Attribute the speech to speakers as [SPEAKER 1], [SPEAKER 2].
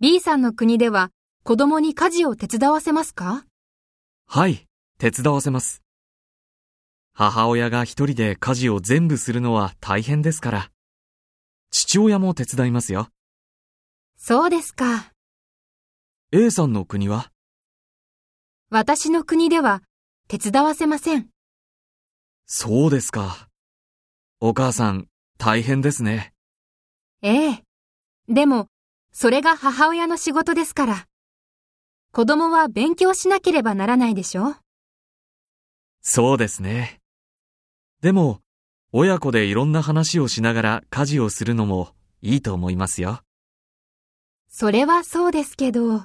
[SPEAKER 1] B さんの国では子供に家事を手伝わせますか
[SPEAKER 2] はい、手伝わせます。母親が一人で家事を全部するのは大変ですから。父親も手伝いますよ。
[SPEAKER 1] そうですか。
[SPEAKER 2] A さんの国は
[SPEAKER 1] 私の国では手伝わせません。
[SPEAKER 2] そうですか。お母さん、大変ですね。
[SPEAKER 1] ええ。でも、それが母親の仕事ですから。子供は勉強しなければならないでしょ
[SPEAKER 2] そうですね。でも、親子でいろんな話をしながら家事をするのもいいと思いますよ。
[SPEAKER 1] それはそうですけど。